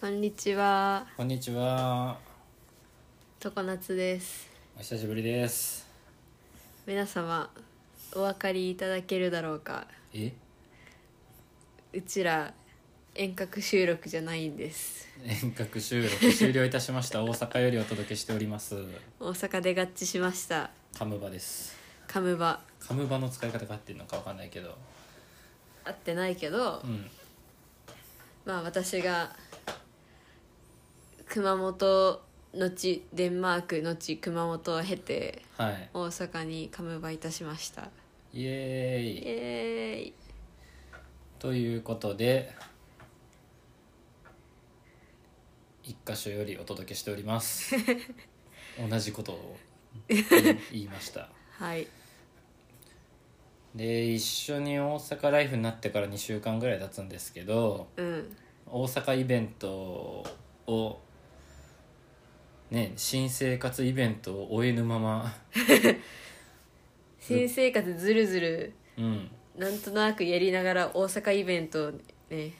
こんにちは、こんにちは。常夏です。お久しぶりです。皆様、お分かりいただけるだろうか。え、うちら遠隔収録じゃないんです。遠隔収録終了いたしました。大阪よりお届けしております。大阪で合致しました。カムバです。カムバカムバの使い方が合ってるのかわかんないけど。合ってないけど、うん。まあ私が熊本のちデンマークのち熊本を経てはい。大阪にカムバいたしました。イイエーイ。エーイ。ということで。一箇所よりお届けしております。同じことを言い言いました。はい。で一緒に大阪ライフになってから2週間ぐらい経つんですけどうん。大阪イベントをね新生活イベントを終えぬまま新生活ずるずるうんなんとなくやりながら大阪イベントをね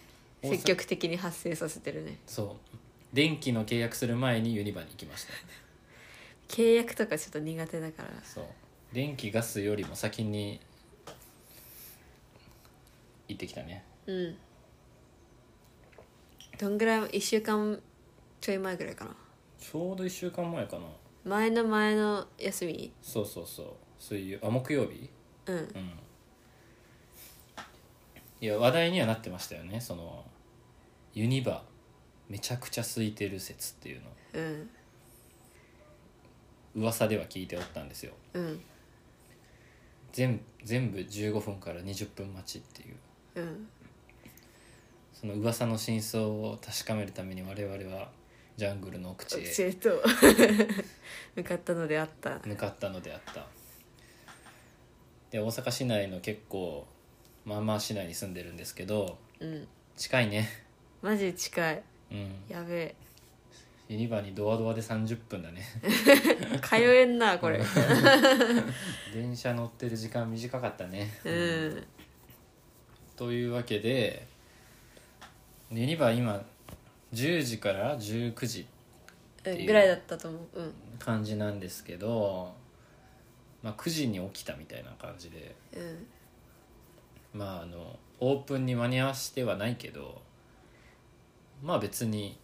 大阪積極的に発生させてるねそう電気の契約する前にユニバに行きました契約とかちょっと苦手だからそう電気ガスよりも先に行ってきたねうんどんぐらい1週間ちょい前ぐらいかなちょうど1週間前かな前の前の休みそうそうそう水曜あ木曜日うんうんいや話題にはなってましたよねそのユニバめちゃくちゃ空いてる説っていうのうん噂では聞いておったんですようん全全部15分から20分待ちっていううんその噂の真相を確かめるために我々はジャングルの奥地教へえと 向かったのであった向かったのであったで大阪市内の結構まあまあ市内に住んでるんですけどうん近いねマジ近いうんやべえユニバにドアドアで30分 だね通えんなこ れ電車乗ってる時間短かったねうんというわけでユニバ今10時から19時うんぐらいだったと思ううん感じなんですけど、まあ、9時に起きたみたいな感じでうんまああのオープンに間に合わせてはないけどまあ別に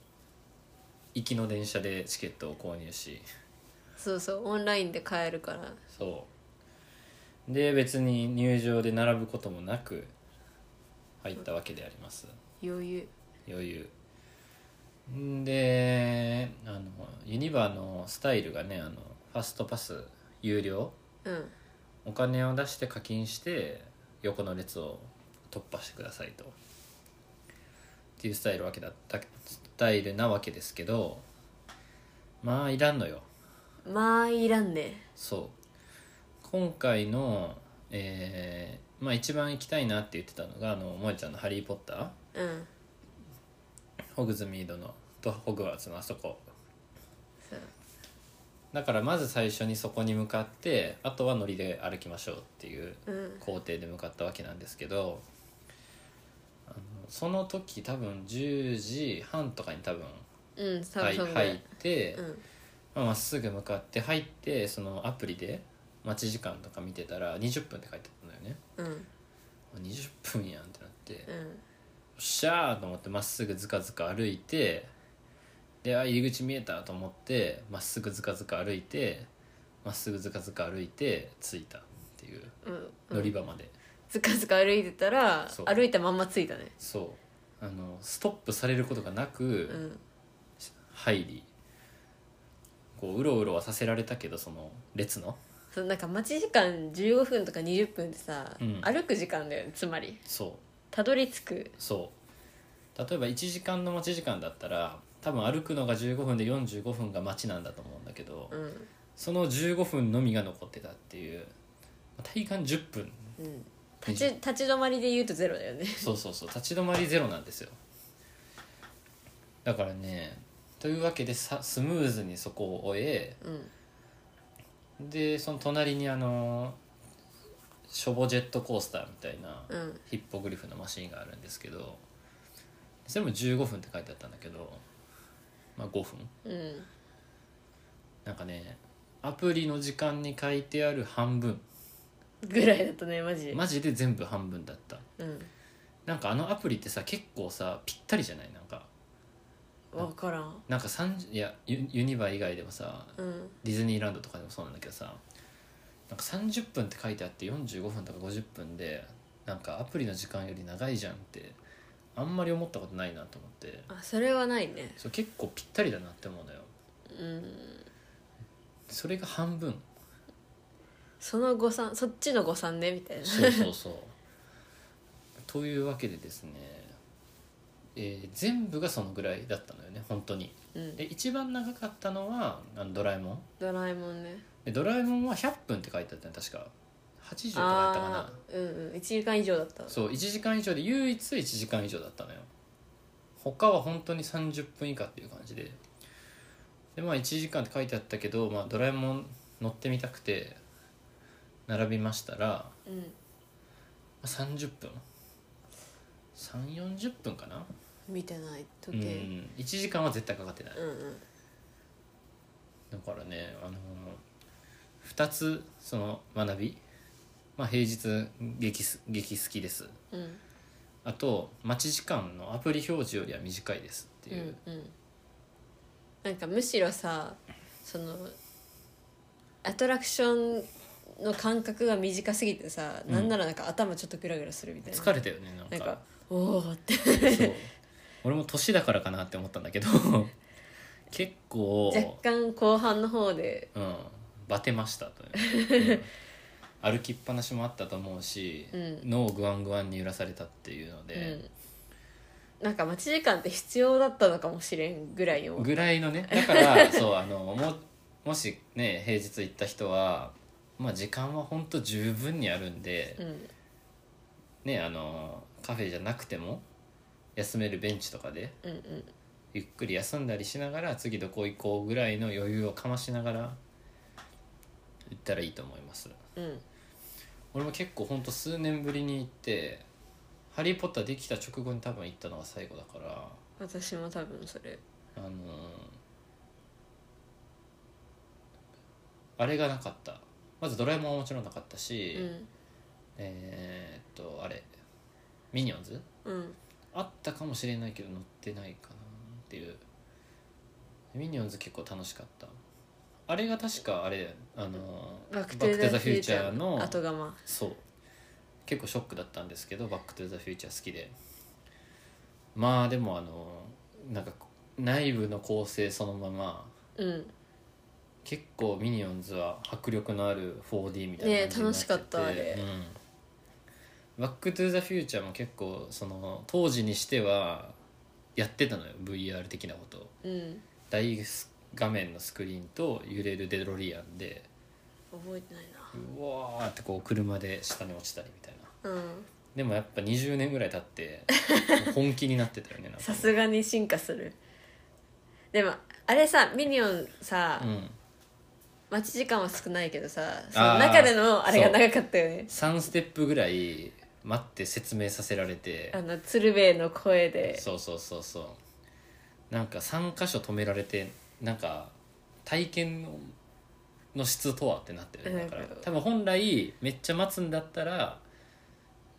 行きの電車でチケットを購入しそうそうオンラインで買えるからそうで別に入場で並ぶこともなく入ったわけであります余裕余裕んであのユニバのスタイルがねあのファストパス有料うんお金を出して課金して横の列を突破してくださいとっていうスタイルわけだったスタイルなわけですけどまあいらんのよまあいらんねそう今回のえーまあ一番行きたいなって言ってたのがあの萌ちゃんの「ハリー・ポッターうん」ホグズミードのとホグワーツのあそこそうだからまず最初にそこに向かってあとはノリで歩きましょうっていううん工程で向かったわけなんですけどあのその時多分10時半とかに多分うんサはムいソン入ってうんまあまっすぐ向かって入ってそのアプリで待ち時間とか見てたら20分って書いてあったんだよねうん20分やんってなってよっうんしゃーと思ってまっすぐずかずか歩いてであ入り口見えたと思ってまっすぐずかずか歩いてまっすぐずかずか歩いて着いたっていううん乗り場まで。ずかずか歩いてたらそう歩いたまんま着いたねそうあのストップされることがなく、うん入りこううろうろはさせられたけどその列のそうなんか待ち時間15分とか20分ってさ、うん歩く時間だよねつまりそうたどり着くそう例えば1時間の待ち時間だったら多分歩くのが15分で45分が待ちなんだと思うんだけど、うんその15分のみが残ってたっていうまあ体感10分うん立ち立ち止まりで言うとゼロだよねそうそうそう立ち止まりゼロなんですよだからねというわけでさスムーズにそこを終えうんでその隣にあのショボジェットコースターみたいなうんヒッポグリフのマシンがあるんですけどそれも15分って書いてあったんだけどまあ、5分うんなんかねアプリの時間に書いてある半分ぐらいだったねマジで、マジで全部半分だったうんなんかあのアプリってさ結構さぴったりじゃないなんか分からんなんか30いやユユニバ以外でもさうんディズニーランドとかでもそうなんだけどさなんか30分って書いてあって45分とか50分でなんかアプリの時間より長いじゃんってあんまり思ったことないなと思ってあそれはないねそう結構ぴったりだなって思うのようんそれが半分その誤算そっちの誤算ねみたいなそうそうそう というわけでですね、えー全部がそのぐらいだったのよね本当にうんで一番長かったのはあのドラえもんドラえもんねでドラえもんは100分って書いてあったの確か80とかだったかなああーうんうん1時間以上だったそう1時間以上で唯一1時間以上だったのよ他は本当に30分以下っていう感じででまあ1時間って書いてあったけど、まあ、ドラえもん乗ってみたくて並びましたら、まうんあ30分340分かな、見てないう時ん計、 1時間は絶対かかってないうん、うんだからねあの2つその学びまあ平日激す激好きですうんあと待ち時間のアプリ表示よりは短いですってういう、んうんなんかむしろさそのアトラクションの感覚が短すぎてさ、うんなんならなんか頭ちょっとグラグラするみたいな疲れたよねななんんかかおおってそう俺も年だからかなって思ったん だけど結構、若干後半の方でうん、バテましたと ね、うん歩きっぱなしもあったと思うし、うん脳をグワングワンに揺らされたっていうので、うん、なんか待ち時間って必要だったのかもしれんぐらいをぐらいのねだから そうあのももしね平日行った人は、まあ、時間は本当十分にあるんで、うんねあのカフェじゃなくても休めるベンチとかでうんうんゆっくり休んだりしながら次どこ行こうぐらいの余裕をかましながら行ったらいいと思いますうん俺も結構ほんと数年ぶりに行って「ハリー・ポッター」できた直後に多分行ったのが最後だから私も多分それあのーあれがなかったまず「ドラえもん」はもちろんなかったし、うんえーっとあれ「ミニオンズ」うんあったかもしれないけど乗ってないかなっていうミニオンズ結構楽しかったあれが確かあれだよねあの「バック・トゥ・ザ・フューチャー」のの後釜そう結構ショックだったんですけど「バック・トゥ・ザ・フューチャー」好きでまあでもあのなんか内部の構成そのままうん結構ミニオンズは迫力のある 4D みたいなねえ感じになってて楽しかったあれうんバック・トゥ・ザ・フューチャーも結構その当時にしてはやってたのよ VR 的なことをうん大画面のスクリーンと揺れるデロリアンで覚えてないなうわーってこう車で下に落ちたりみたいなうんでもやっぱ20年ぐらい経ってもう本気になってたよねなん かさすがに進化するでもあれさミニオンさ、うん待ち時間は少ないけどさそのあー中でのあれが長かったよね3ステップぐらい待って説明させられてあの鶴瓶の声でそうそうそうそうなんか3箇所止められてなんか体験のの質とはってなってるねだからうん多分本来めっちゃ待つんだったら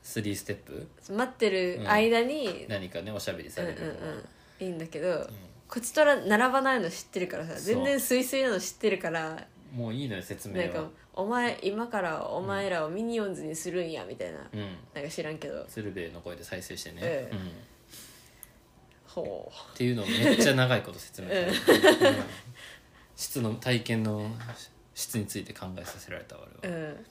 3ステップ待ってる間に、何かねおしゃべりうさん、うれんるうのんはいいんだけど、こっちとら並ばないの知ってるからさそう全然スイスイなの知ってるからもういいのよ説な明んかは「お前今からお前らをミニオンズにするんや」みたいな、うんなんか知らんけど鶴瓶の声で再生してね、ええうんっほていうのをめっちゃ長いこと説明されて、うん質の体験の質について考えさせられた俺は、ううん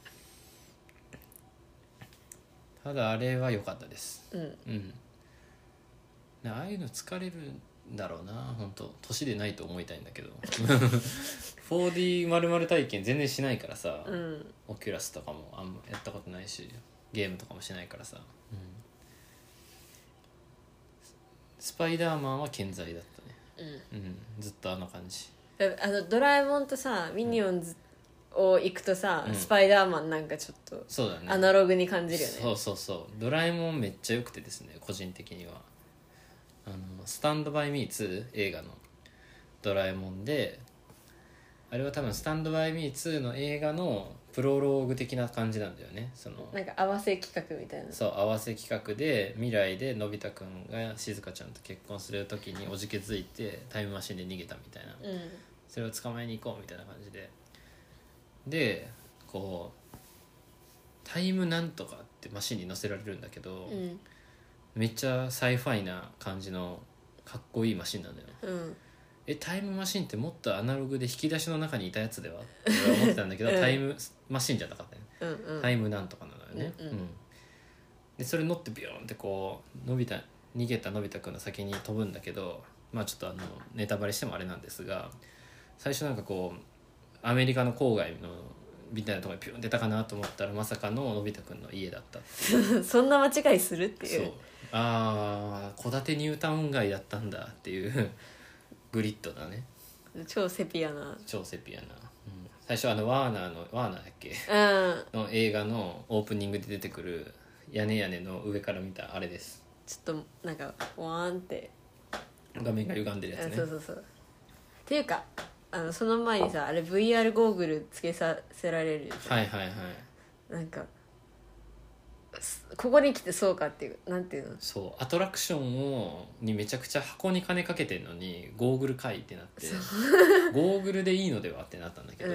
ただあれは良かったですうんうん、ねああいうの疲れるんだろうな本当年でないと思いたいんだけど 4D まる体験全然しないからさ、うんオキュラスとかもあんまやったことないしゲームとかもしないからさ、うんスパイダーマンは健在だったうんね、うん、ずっとあの感じだあのドラえもんとさミニオンズを行くとさ、うんスパイダーマンなんかちょっとそうだねアナログに感じるよね、そうそうそうドラえもんめっちゃ良くてですね個人的にはあの「スタンド・バイ・ミー2」映画のドラえもんであれは多分「スタンドバイミー2」の映画のプロローグ的な感じなんだよねそのなんか合わせ企画みたいなそう合わせ企画で未来でのび太くんが静香ちゃんと結婚する時におじけづいてタイムマシンで逃げたみたいなうんそれを捕まえに行こうみたいな感じででこうタイムなんとかってマシンに乗せられるんだけど、うんめっちゃサイファイな感じのかっこいいマシンなんだようんえタイムマシンってもっとアナログで引き出しの中にいたやつではって俺は思ってたんだけど、うんタイムマシンじゃなかったねうんうんタイムなんとかなのよね、うんうんでそれ乗ってビヨーンってこう伸びた逃げたのび太くんの先に飛ぶんだけどまあちょっとあのネタバレしてもあれなんですが最初なんかこうアメリカの郊外のみたいなところにピュンって出たかなと思ったらまさかののび太くんの家だったっ てそんな間違いするっていいううああ戸建てニュータウン街だったんだっていうグリッドだね超セピアな超セピアな、うん最初あのワーナーのワーナーだっけうんの映画のオープニングで出てくる屋根屋根の上から見たあれですちょっとなんかワーンって、画面が歪んでるやあつそうねそうそうっていうかあのその前にさあれ VR ゴーグルつけさせられるはいはいはいなんかすここに来てそうかっていうなんていうのそうアトラクションをにめちゃくちゃ箱に金かけてんのにゴーグルかいってなって ゴーグルでいいのではってなったんだけど、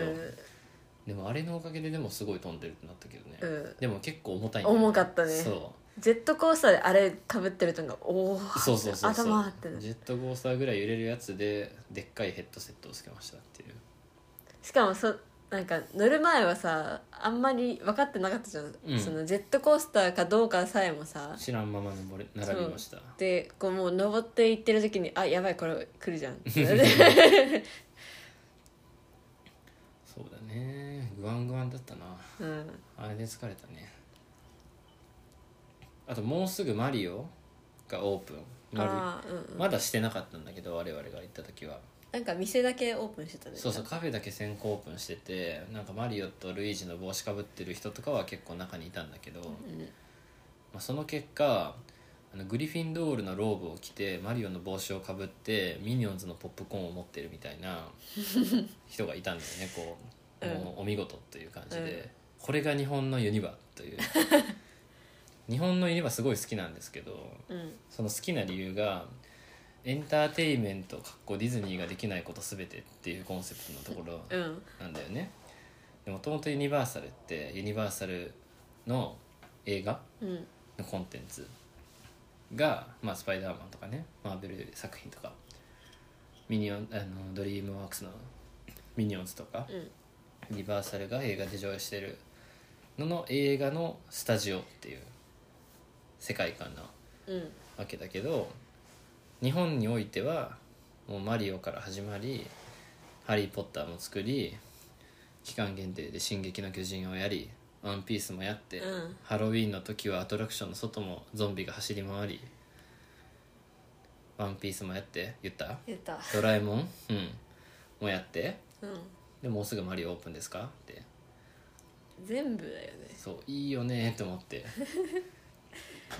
でもあれのおかげででもすごい飛んでるってなったけどね、うん、うん、でも結構重たいんだよ重かったねそジェットコースターであれかぶってるとなんかおおうそうそうそうそう頭回ってるジェットコースターぐらい揺れるやつででっかいヘッドセットをつけましたっていうしかもそなんか乗る前はさあんまり分かってなかったじゃん、うんそのジェットコースターかどうかさえもさ知らんまま登れ並びましたでこうもう登っていってる時にあやばいこれ来るじゃん ってそうだねグワングワンだったなうんあれで疲れたねあともうすぐマリオがオープンマあーうんリうんまだしてなかったんだけど我々が行った時はなんか店だけオープンしてたねそうそうカフェだけ先行オープンしててなんかマリオとルイージの帽子かぶってる人とかは結構中にいたんだけど、まうんあ、その結果あのグリフィンドールのローブを着てマリオの帽子をかぶってミニオンズのポップコーンを持ってるみた いな人がいたんだよねこううんもうお見事という感じで、うんこれが日本のユニバ という日本のユニバすごい好きなんですけどうんその好きな理由がエンターテインメントかっこディズニーができないこと全てっていうコンセプトのとこうろんなんだよねでもともとユニバーサルってユニバーサルの映画うんのコンテンツが、まあ、スパイダーマンとかねマーベル作品とかミニオンあのドリームワークスのミニオンズとかうんユニバーサルが映画で上映してるのの映画のスタジオっていう世界観なうんわけだけど日本においてはもうマリオから始まり「ハリー・ポッター」も作り期間限定で「進撃の巨人」をやり「ワンピースもやって、うんハロウィーンの時はアトラクションの外もゾンビが走り回り「ワンピースもやって言った言った「ドラえもん」うんもやってうんでもうすぐマリオオープンですかって全部だよねそういいよねと思って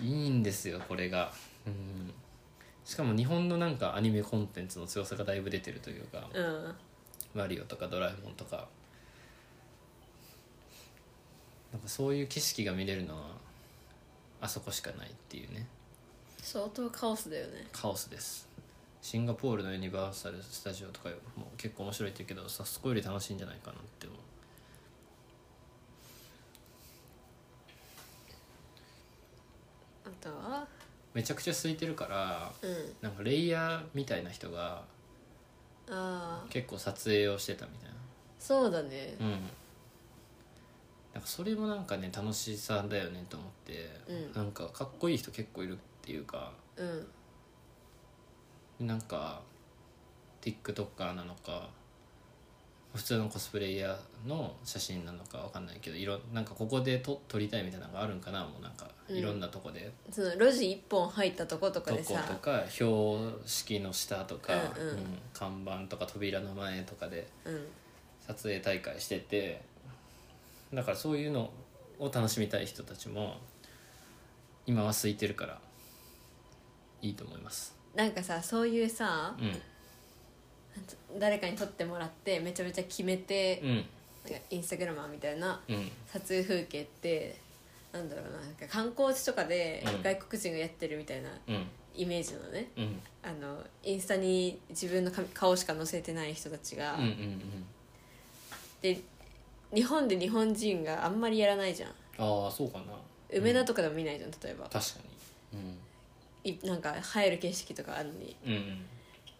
いいんですよこれがうんしかも日本のなんかアニメコンテンツの強さがだいぶ出てるというかうん「マリオ」とか「ドラえもん」とかなんかそういう景色が見れるのはあそこしかないっていうね相当カオスだよねカオスですシンガポールのユニバーサル・スタジオとかも結構面白いって言うけどさそこより楽しいんじゃないかなって思うあとはめちゃくちゃ空いてるからうんなんかレイヤーみたいな人がああ結構撮影をしてたみたいなそうだねうんなんかそれもなんかね楽しさだよねと思って、うんなんかかっこいい人結構いるっていうかうんなんか TikToker なのか普通のコスプレイヤーの写真なのかわかんないけどいろんなんかここでと撮りたいみたいなのがあるんかなもうなんかうんいろんなとこで、その路地一本入ったとことかどでことさか標識の下とか、うんうん看板とか扉の前とかでうん撮影大会しててだからそういうのを楽しみたい人たちも今は空いてるからいいと思いますなんかさそういうさうん誰かに撮ってもらってめちゃめちゃ決めて、うんなんかインスタグラマーみたいなうん撮影風景ってなんだろうななんか観光地とかでうん外国人がやってるみたいなうんイメージのねうんあのインスタに自分のか顔しか載せてない人たちが、うんうんうんで日本で日本人があんまりやらないじゃんああそうかな梅田ととかでも見ないじゃん例えば確かにいなんか入る景色とかあるのにうんうん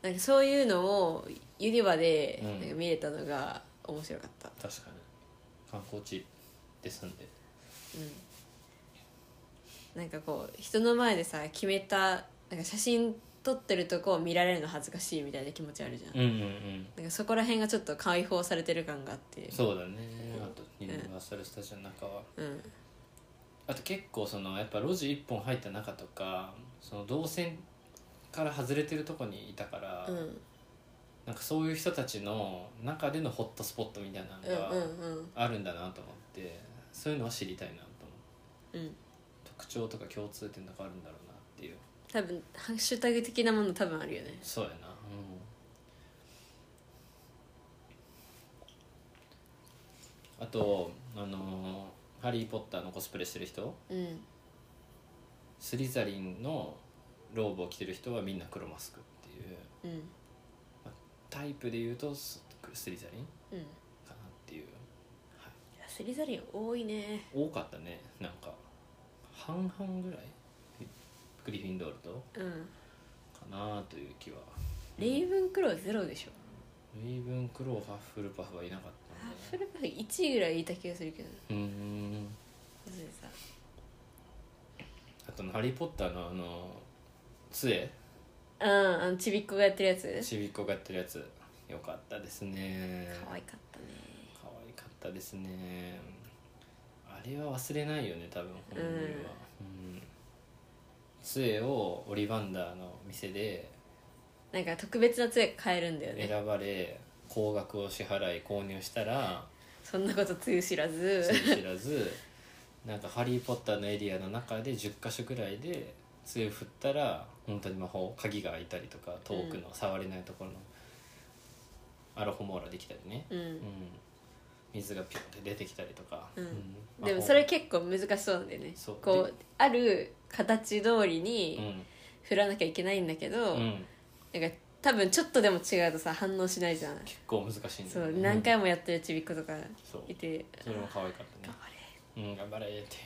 なんかそういうのをユニバでうんなんか見れたのが面白かった、確かに観光地ですんでうん、なんかこう人の前でさ決めたなんか写真撮ってるとこを見られるの恥ずかしいみたいな気持ちあるじゃん、うんうんうんなんかそこら辺がちょっと解放されてる感があってそうだねあとユニバーサル・スタジオの中はうんあと結構そのやっぱ路地一本入った中とかその動線から外れてるとこにいたから、うんなんかそういう人たちの中でのホットスポットみたいなうんうのがんうんあるんだなと思ってそういうのは知りたいなと思ううん特徴とか共通点とかあるんだろうなっていう多分ハッシュタグ的なもの多分あるよねそうやなうんあとあのーハリー・ポッター」のコスプレしてる人うんスリザリンのローブを着てる人はみんな黒マスクっていううんタイプで言うとススリザリンうんいかなっていうやスリザリン多いね多かったねなんか半々ぐらいグリフィンドールとうんかなという気はレイブンクローゼロでしょレイブンクローハッフルパフはいなかったハんッ フでルパフ1位ぐらいいた気がするけどうーん忘れてたあと「ハリー・ポッター」のあの杖うんあのちびっこがやってるやつちびっこがやってるやつよかったですね可愛かったね可愛かったですねあれは忘れないよね多分本人は、うん杖をオリバンダーの店でなんか特別な杖買えるんだよね選ばれ高額を支払い購入したらそんなことつゆ知らずつゆ知 らずなんか「ハリー・ポッター」のエリアの中で10か所くらいで杖を振ったら本当に魔法鍵が開いたりとか遠くの触れないところのアロホモーラできたりね、ううんん、水がピョンって出てきたりとか、うんうんでもそれ結構難しそうなんだよねそうこでうある形通りうにん振らなきゃいけないんだけど、うん、なんか多分ちょっとでも違うとさ反応しないじゃん結構難しいんだそようね何回もやってるちびっことかそういてそれも可愛かったね頑張れうん頑張れって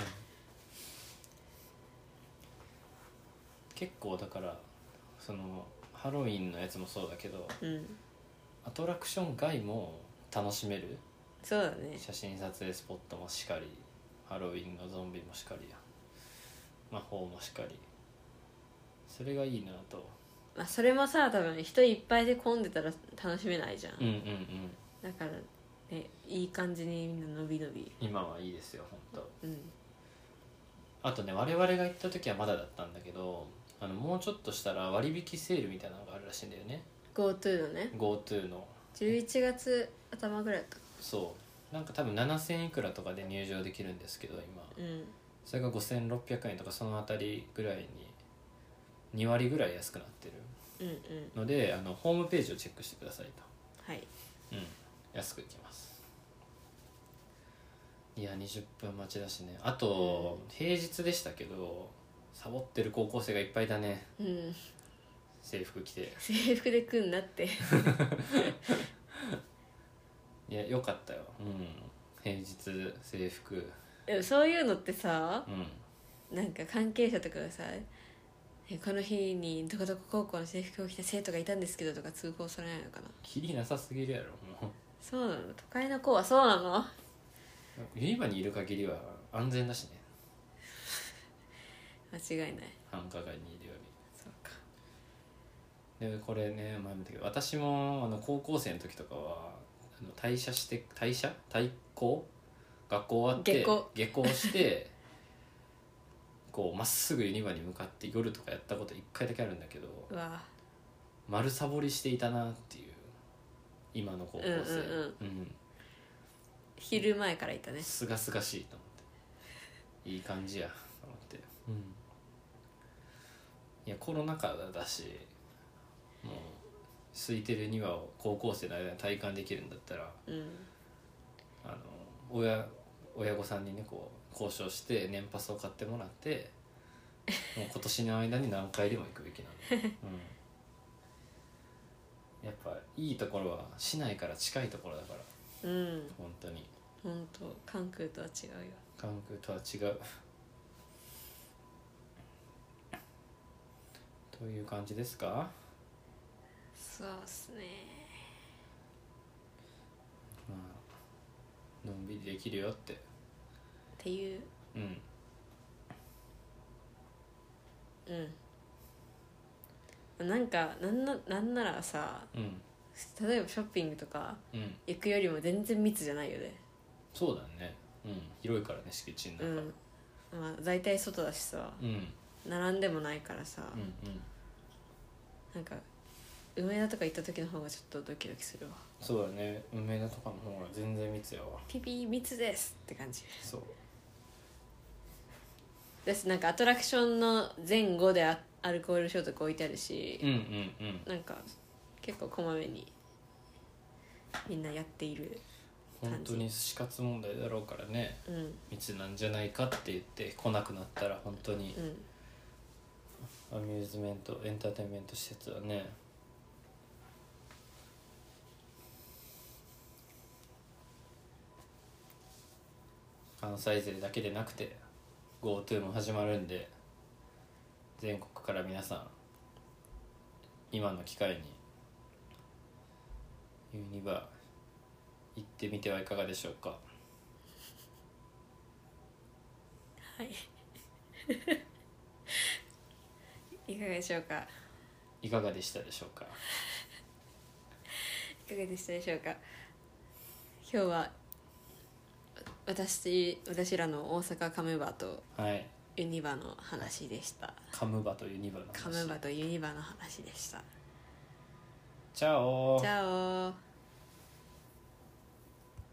結構だからそのハロウィンのやつもそうだけどうんアトラクション外も楽しめるそうだね写真撮影スポットもしかりハロウィンのゾンビもしかり魔法もしかりそれがいいなとまあそれもさ多分人いっぱいで混んでたら楽しめないじゃん、うんうんうんだからねいい感じにみんな伸び伸び今はいいですよ本当うんあとね我々が行った時はまだだったんだけどあのもうちょっとしたら割引セールみたいなのがあるらしいんだよね GoTo のね GoTo の11月頭ぐらいだったかそうなんか多分7000いくらとかで入場できるんですけど今うんそれが5600円とかそのあたりぐらいに2割ぐらい安くなってうるんうんのであのホームページをチェックしてくださいはいと、うん、安くいきますいや20分待ちだしねあと、平日でしたけどサボってる高校生がいっぱいだねうん 制服着て制服で来んなって いやよかったよ、うん、平日制服でもそういうのってさうんなんか関係者とかがさえこの日にどこどこ高校の制服を着た生徒がいたんですけどとか通報されないのかなキリなさすぎるやろもそうなの都会の子はそうなのうユニバにいる限りは安全だしね間違いない繁華街にいるよそうかりでこれね前も言ったけど私もあの高校生の時とかはあの退社して退社退校学校終わって下校下校 してこうまっすぐユニバに向かって夜とかやったこと一回だけあるんだけどうわ丸サボりしていたなっていう今の高校生うんうんうん昼前からいたねすがすがしいと思っていい感じやと思って、いやコロナ禍だしもう空いてる2話を高校生の間に体感できるんだったらうんあの親親御さんにねこう交渉して年パスを買ってもらってもう今年の間に何回でも行くべき なの、うん、やっぱいいところは市内から近いところだからうん本当に本当関空とは違うよ韓国とは違うという感じですかそうっすねまあのんびりできるよってっていううんうんなんかなんななんならさうん例えばショッピングとかうん行くよりも全然密じゃないよねそうだねうん広いからね敷地のう中、んまあ大体外だしさうん、うん並んでもないからさ、うんなんか梅田とか行った時の方がちょっとドキドキするわそうだね梅田とかの方が全然密やわピピ密ですって感じそうですなんかアトラクションの前後でアアルコール消毒置いてあるしう、んうんうんなんか結構こまめにみんなやっている本当に死活問題だろうからねうんうん密なんじゃないかって言って来なくなったら本当にアミューズメントエンターテインメント施設はね関西勢だけでなくて GoTo も始まるんで全国から皆さん今の機会にユニバ行ってみてはいかがでしょうかいかがでしょうかいかがでしたでしょうかいかがでしたでしょうか今日は私私らの大阪カムバとはいユニバの話でしたカムバとユニバの話カムバとユニバの話でしたチャオチャオ